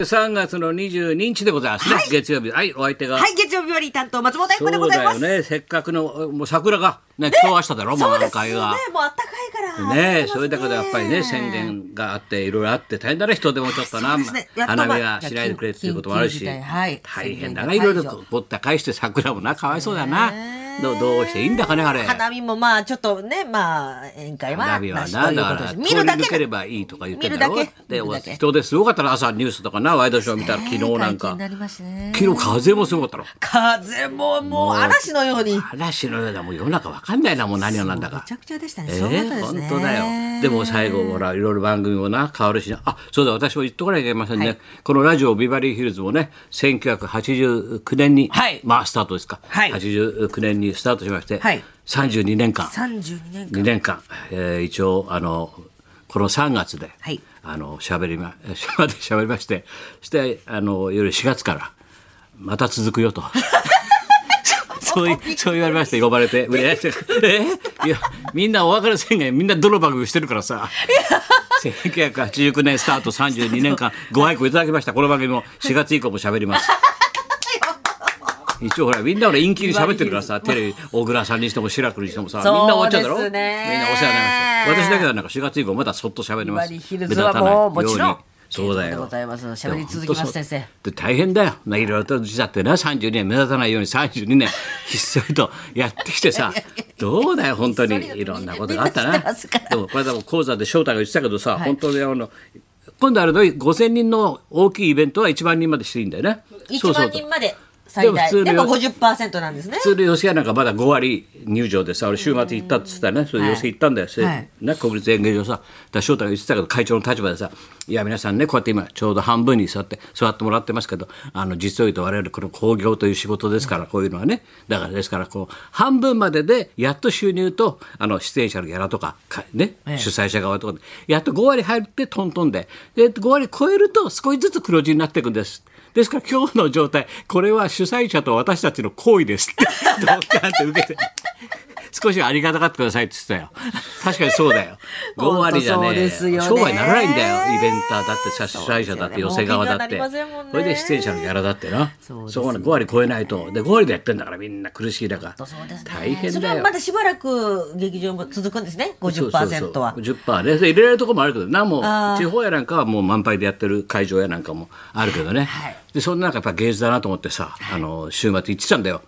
3月の22日でございますね、月曜日はいお相手が、はい、月曜日より担当松本英そ子でごうざだいまよす。ねせっかくのもう桜がね今日明日だろもそううで満すよ開ね。が。もう暖かいから。ねえ、暖かいですそれだけどやっぱりね、宣言があって、いろいろあって、大変だね、人手もちょっとな、そうですねやっとまあ花見はしないでくれっていうこともあるし、緊急事態はい大変だな、宣言がいろいろ解と除ぼった返して桜もな、かわいそうだよなね。えどうどうしていいんだかね、あれ。花見もまあちょっとね、まあ宴会は花火なはしな、というだこかとら、通でり見るだ抜けれけ。ばいいとか言ってんだろ見るだけで見るだけ人ですごかったら、朝ニュースとかな、ワイドショー見たら、昨日なん解禁かに、なりましたね昨日風もすごかったろ。風ももう嵐のように。む嵐のような、もう世の中わかんないな、もう何をなんだか。ちゃくちゃでしたね。えすごかったえですね。本当だよ。でも最後、ほら、いろいろ番組もな、変わるしな。あ、そうだ、私も言っとかなきゃいけませんね。はいこのラジオビバリーヒルズもね、1989年に、はいまあ、スタートですか。はい89年にスタートしまして、はい32年間、三十二年間。 2年間、えー一応、あの、この3月で、はいあの、喋りま、 喋り喋りまして、して、あの、夜4月から、また続くよ と。そういそう言われまして呼ばれ て「ええいやみんなお別れ宣言みんなどの番組してるからさ1989年スタート32年間ご愛顧いただきましたこの番組も4月以降も喋ります 一応ほらみんな俺陰気に喋ってるからさテレビ大倉さんにしても志らくにしてもさみんな終わっちゃうだろそうみですんなお世話になりねました私だけはなんか4月以降まだそっと喋りますビバリーヒルズはもうもちろん目立たないようにそうだということでよございます喋り続けまでもす本当そう先生で大変だよ。ないろいろとうちだってな、32年目立たないように32年、ひっそりとやってきてさ、どうだよ、本当 に。いろんなことがあったみんなな知ってますから。でも、これでも講座で翔太が言ってたけどさ、はい本当にあの、今度あれの5000人の大きいイベントは1万人までしていいんだよね。一そうそう万人まで最大。でも普通でのも五十パーセントなんですね。普通の寄席屋なんかまだ5割入場でさ俺週末行ったっつったらねそれ寄席行ったんだよ、せはいな国立演芸場さだから翔太が言ってたけど会長の立場でさ「いや皆さんねこうやって今ちょうど半分に座って座ってもらってますけどあの実を言うと我々この興行という仕事ですからこういうのはねだからですからこう半分まででやっと収入とあの出演者のギャラとかかね、ええ主催者側とかでやっと5割入ってトントンでで5割超えると少しずつ黒字になっていくんです。ですから今日の状態これは主催者と私たちの行為ですってドッカンって受けて少しはありがたがってくださいって言ってたよ確かにそうだよ5割じゃ 本当そうねですよね商売にならないんだよイベンターだってさ主催者だってそうですよね寄せ側だっもう気にてはなりませんもんねこれで出演者のギャラだってなそうですねそうなの5割超えないとで5割でやってんだからみんな苦しいだからそうですね大変それだはよまだしばらく劇場も続くんですね。五十パーセントは。そうそうそう10%ねで入れられるとこもあるけどなもうあー地方やなんかはもう満杯でやってる会場やなんかもあるけどね、はいでそんな中やっぱ芸術だなと思ってさ、あの週末行ってたんだよ、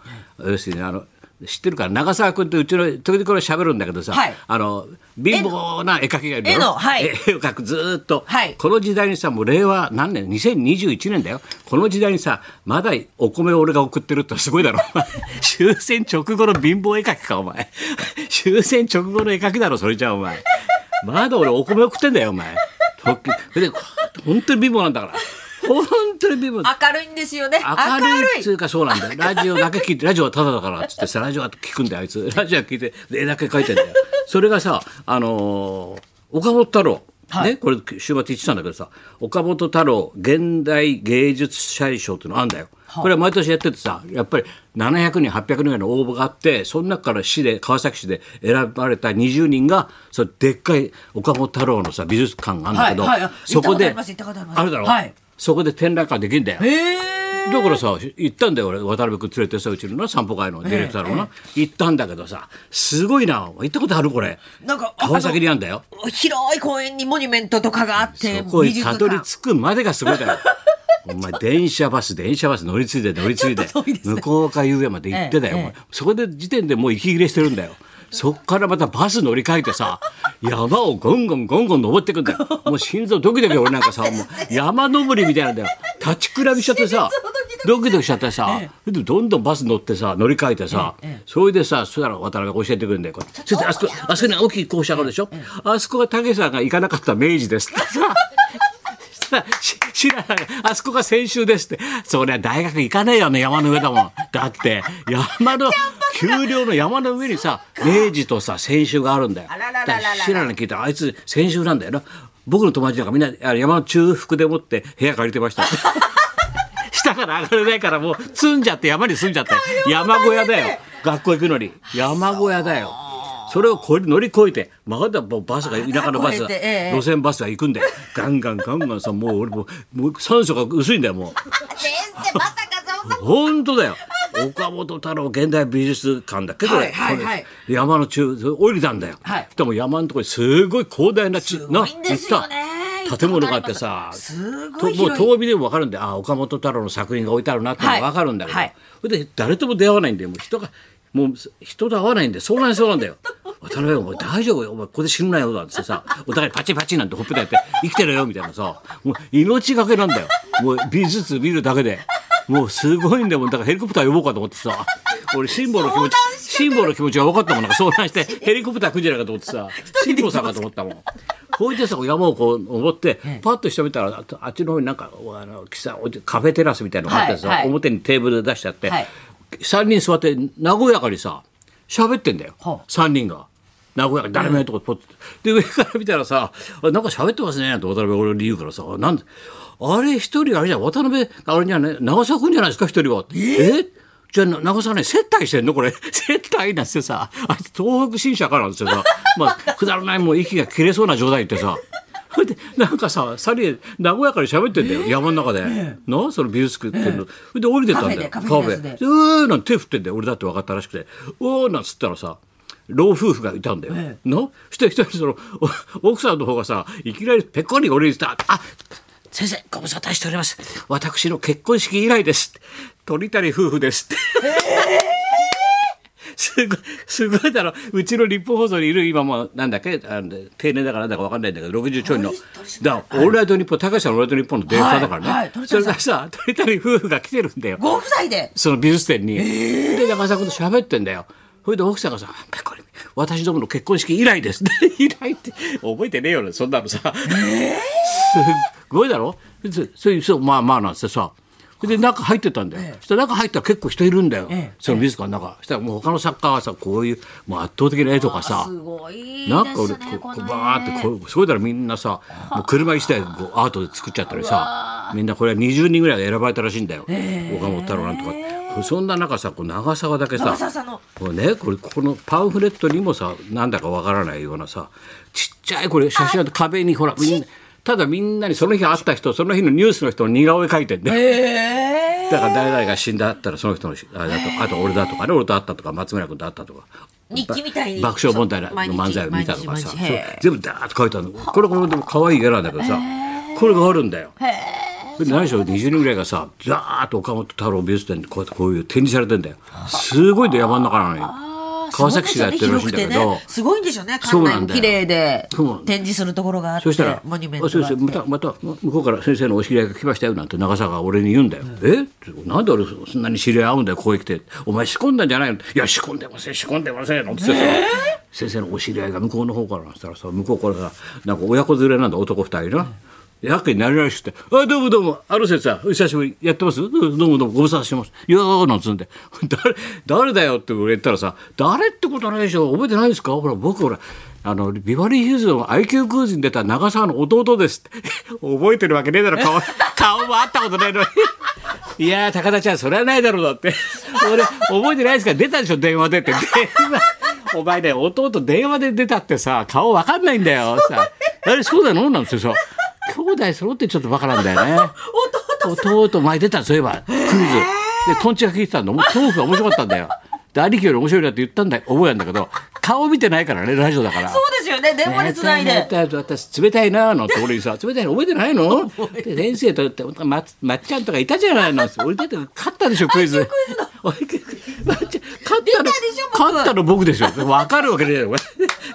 要するにあの知ってるから長澤君ってうちの時々これ喋るんだけどさ、はいあの貧乏な絵描きがいるだろ絵のはい絵を描くずーっと、はいこの時代にさもう令和何年2021年だよこの時代にさまだお米を俺が送ってるってすごいだろ 終戦直後の貧乏絵描きかお前 終戦直後の絵描きだろそれじゃあお前まだ俺お米送ってんだよお前とそれで本当に貧乏なんだから本当に貧乏明るいんですよね。明るいっつ明るうかそうなんだよラジオだけ聞いてラジオはただだからっつってさラジオは聞くんだよあいつラジオは聞いてで絵だけ描いてんだよそれがさあのー岡本太郎、はいねこれ週末言ってたんだけどさ岡本太郎現代芸術祭賞っていうのあんだよ、これは毎年やっててさやっぱり700人800人ぐらいの応募があってその中から市で川崎市で選ばれた20人がそのでっかい岡本太郎のさ美術館があるんだけど、はいはいそこで行ったことあります行ったことありまするだろ、はいそこで展覧会できるんだよ。い。へえ。だからさ行ったんだよ俺渡辺君連れてさうちのな散歩会のディレクターのな、行ったんだけどさすごいな行ったことあるこれなんかあ川崎にあんだよ広い公園にモニュメントとかがあって、そこ美に術た館どり着くまでがすごい だよお前電車バス電車バス乗り継いで乗り継いでちょっと遠いですね向こうか遊園まで行ってだよ、ええお前そこで時点でもう息切れしてるんだよそっからまたバス乗り換えてさ山をゴンゴンゴンゴン登ってくんだよもう心臓ドキドキ俺なんか さもう山登りみたいなんだよ立ちくらみしちゃってさドキドキしちゃってさ、でどんどんバス乗ってさ乗り換えてさ、それでさそしたら渡辺が教えてくれるんだよこれそしてあそこあそこに大きい校舎があるでしょ、あそこが武さんが行かなかった明治ですってさしたらし知らないあそこが先週ですってそりゃ大学行かねえよね山の上だもんだって山の丘陵の山の上にさ明治とさ先週があるんだよあらららららだから知らない聞いたらあいつ先週なんだよな僕の友達なんかみんなあの山の中腹でもって部屋借りてました下から上がれないからもう積んじゃって山に住んじゃって山小屋だよ学校行くのに山小屋だよそれをこり乗り越えてまだもうバスが田舎のバスが、越えてええ路線バスが行くんでガンガンガンガンさもう俺もうもう酸素が薄いんだよもう。先生まさかそんな本当だよ岡本太郎現代美術館だっけど、はいはいはい山の中降りたんだよ、はいでも山のところにすごい広大なちすごいんですよねな建物があってさすとごいもう広い。遠見でも分かるんでああ岡本太郎の作品が置いてあるなってのが分かるんだけど、はいはいそれで誰とも出会わないんだよもう人がもう人と会わないんで遭難しそうなんだよ渡辺お前大丈夫よお前ここで死ぬなよなんつってさお互いパチパチなんてほっぺたやって生きてるよみたいなさもう命がけなんだよもう美術見るだけでもうすごいんだよもうだからヘリコプター呼ぼうかと思ってさ俺辛抱の気持ち辛抱の気持ちが分かったもんなんか遭難してヘリコプター来るんじゃないかと思ってさ辛抱さんかと思ったもん。こういでさ山をこう登ってパッとしてみたらああっちの方になんかあの喫茶おじカフェテラスみたいなのがあってさ、はいはい表にテーブル出しちゃって、はい3人座って和やかにさ喋ってんだよ、はあ3人が。名古屋誰もいないとこポッと、で上から見たらさ「あなんか喋ってますね」と渡辺俺に言うからさ「なんであれ一人あれじゃん渡辺あれじゃね長澤君じゃないですか一人は」えじゃあな長澤ね接待してんのこれ 接待なんてさあいつ東北新社からなんですよ さ、まあ、くだらないもう息が切れそうな状態言ってさ。 それでなんかさサリエ名古屋から喋ってんだよ、山の中で、なその美術館っていうの、それで降りてったんだよカカフフェでカフェテラスェででうーなんて手振ってんだよ俺だって分かったらしくてうーなんつったらさ老夫婦がいたんだよ、えの一人一人そのお奥さんの方がさいきなりぺっこり俺にさ「あ先生ご無沙汰しております私の結婚式以来です」鳥谷夫婦です」って。すごい、すごいだろ。うちの日本放送にいる今も、なんだっけ、あの定年だからなんだかわかんないんだけど、60ちょいの。だから、オールナイト日本、高橋さんのオールナイト日本のデータだからね。はいはい鳥谷そさんれがさ、鳥谷夫婦が来てるんだよ。ご夫妻で。その美術展に。で、中澤君と喋ってんだよ。それで奥さんがさ、ペコリン私どもの結婚式以来です。 以来って、覚えてねえよね、そんなのさ。すっごいだろそそうそうまあまあなんつってさそれで中入ってったんだよ、そしたら中入ったら結構人いるんだよ、ええその美術館の中そしたらもう他の作家はさこういうもう圧倒的な絵とかさすごいなでんかす俺ねこうここうのバーってこうそれだらみんなさもう車一台こうアートで作っちゃったりさみんなこれは20人ぐらいが選ばれたらしいんだよ、岡本太郎なんとかそんな中さこう長澤だけさ長澤さんのこれねこれここのパンフレットにもさなんだかわからないようなさちっちゃいこれ写真あって壁にほらみんなただみんなにその日会った人その日のニュースの人の似顔絵描いてんで、ええ。だから誰々が死んだったらその人のあれだと、あと俺だとかね俺と会ったとか松村君と会ったとか日記みたいに爆笑問題のそう毎日漫才を見たとかさ毎日毎日そうへえ全部ダーッと書いてあるのこれこれでも可愛い絵なんだけどさこれがあるんだよ。で何しろ20人ぐらいがさザーッと岡本太郎美術展でこうやってこういう展示されてんだよすごいで山の中なのよ川崎市がやってるらしいんだけすごいですよねど広くてねすごいそうなんんでしょうね。館内もだよ綺麗でそうなんだよ展示するところがあってそしたら、モニュメンあそトうがあですまって。た、また、向こうから先生のお知り合いが来ましたよなんて、長澤が俺に言うんだよ。えなんで俺そんなに知り合い合うんだよ、ここへ来て。お前仕込んだんじゃないのいや、仕込んでません、仕込んでません、なんて言ってさ先生のお知り合いが向こうの方からなんて言ったらさ、向こうからさ、なんか親子連れなんだ、男二人な。やけになりらしくて「あどうもどうもあるせさんお久しぶりやってますうんどうもどうもご無沙汰してます」「いやー」なんつうんで 「誰誰だよ」って俺言ったらさ「誰ってことないでしょ覚えてないですかほら僕ほらあのビバリーヒルズの IQ クイズに出た長澤の弟です」って 覚えてるわけねえだろ顔 顔も会ったことないのに。 いやー高田ちゃんそれはないだろうだって 俺覚えてないですから出たでしょ電話でって電話お前ね弟電話で出たってさ顔わかんないんだよさあれそうなのなんてさ兄弟揃ってちょっとバカなんだよ ね弟前出たそういえばクイズでトンチが聞いてたんだもうトークが面白かったんだよで兄貴より面白いなって言ったんだ覚えなんだけど顔見てないからねラジオだからそうですよね。電話でつないねで。え私冷たいなーのって俺にさ冷たいの覚えてないので先生とってままっちゃんとかいたじゃないの俺だって勝ったでしょクイズおいクイズまっちゃん勝ったの勝ったの僕でしょ分かるわけねえよお前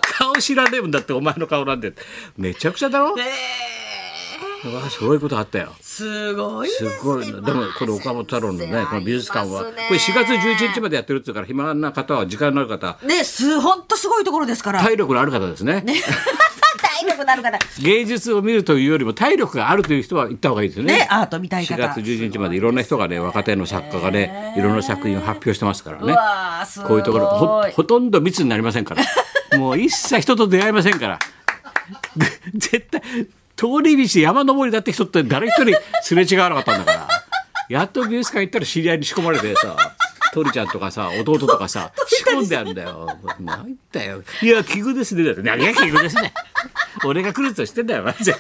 顔知らねえもんだってお前の顔なんてめちゃくちゃだろえうわそういうことあったよえ。すごい。すごいなでもこの岡本太郎の先生ねこの美術館は合いますねこれ4月11日までやってるっていうから暇な方は時間のある方ね、す、本当すごいところですから。体力のある方ですね 体力なるから芸術を見るというよりも体力があるという人は行った方がいいですよね。ねアートみたい4方月11日までいろんな人がね若手の作家がねいろんな作品を発表してますからねうわーすごいこういうところほほとんど密になりませんからもう一切人と出会いませんから 絶対通り道山登りだって人って誰一人すれ違わなかったんだからやっと美術館行ったら知り合いに仕込まれてさ鳥ちゃんとかさ弟とかさ仕込んであるんだよ。参ったよ。いや、奇遇ですね。だって何が奇遇ですね。 俺が来るとしてんだよ、マジで。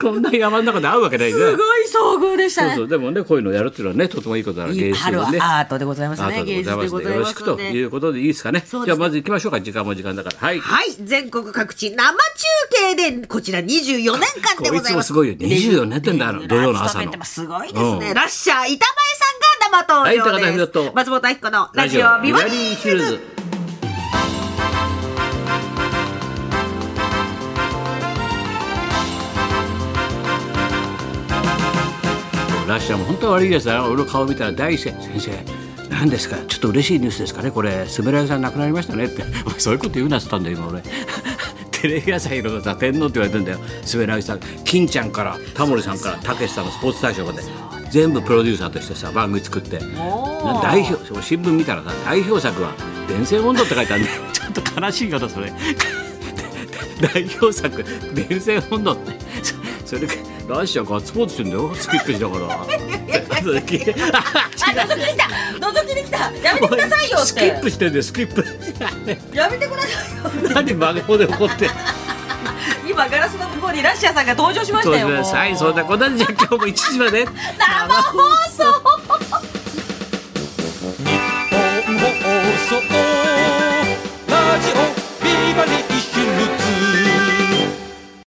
こんな山の中で会うわけないじゃん。すごい遭遇でしたそうね。そう、でもね、こういうのやるっていうのはね、とてもいいことだから、芸術春のはね。アートでございますあね。り芸が術とうござでございまいますよろしすくのとで。いうことでいいですかね。そうじでゃあすねまず行きましょうか。時間も時間だから。はい。はい、全国各地生中継で、こちら24年間でこごいざついもます。すごいよ。24年ってんだあの土曜の朝勤めのて。ますすごいですね。うんラッシャー板前さんが生登はい場高田文で夫す。と松本明子のラジオビバリーヒルズ。。ラッシャーも本当は悪いやつだな。俺の顔見たら大先生。先生何ですかちょっと嬉しいニュースですかねこれすべらさん亡くなりましたねってお前そういうこと言うなっつったんだよ今俺テレビ朝日のさ天皇って言われてんだよすべらさん金ちゃんからタモリさんからたけしさんのスポーツ大賞まで全部プロデューサーとしてさ番組作っておー代表そう新聞見たらさ代表作は「電線温度」って書いてあるんだよ ちょっと悲しい方それ代表作「電線温度」って そそれラッシャーガッツポーズしてんだよスキップしながら 覗きあ、覗きに来た覗きに来たやめてくださいよって スキップしてんだよスキップ やめてくださいよ何真顔で怒 って今ガラスの向こうにラッシャーさんが登場しましたよもうはいそんなことでじゃあ今日も1時まで 生放送放送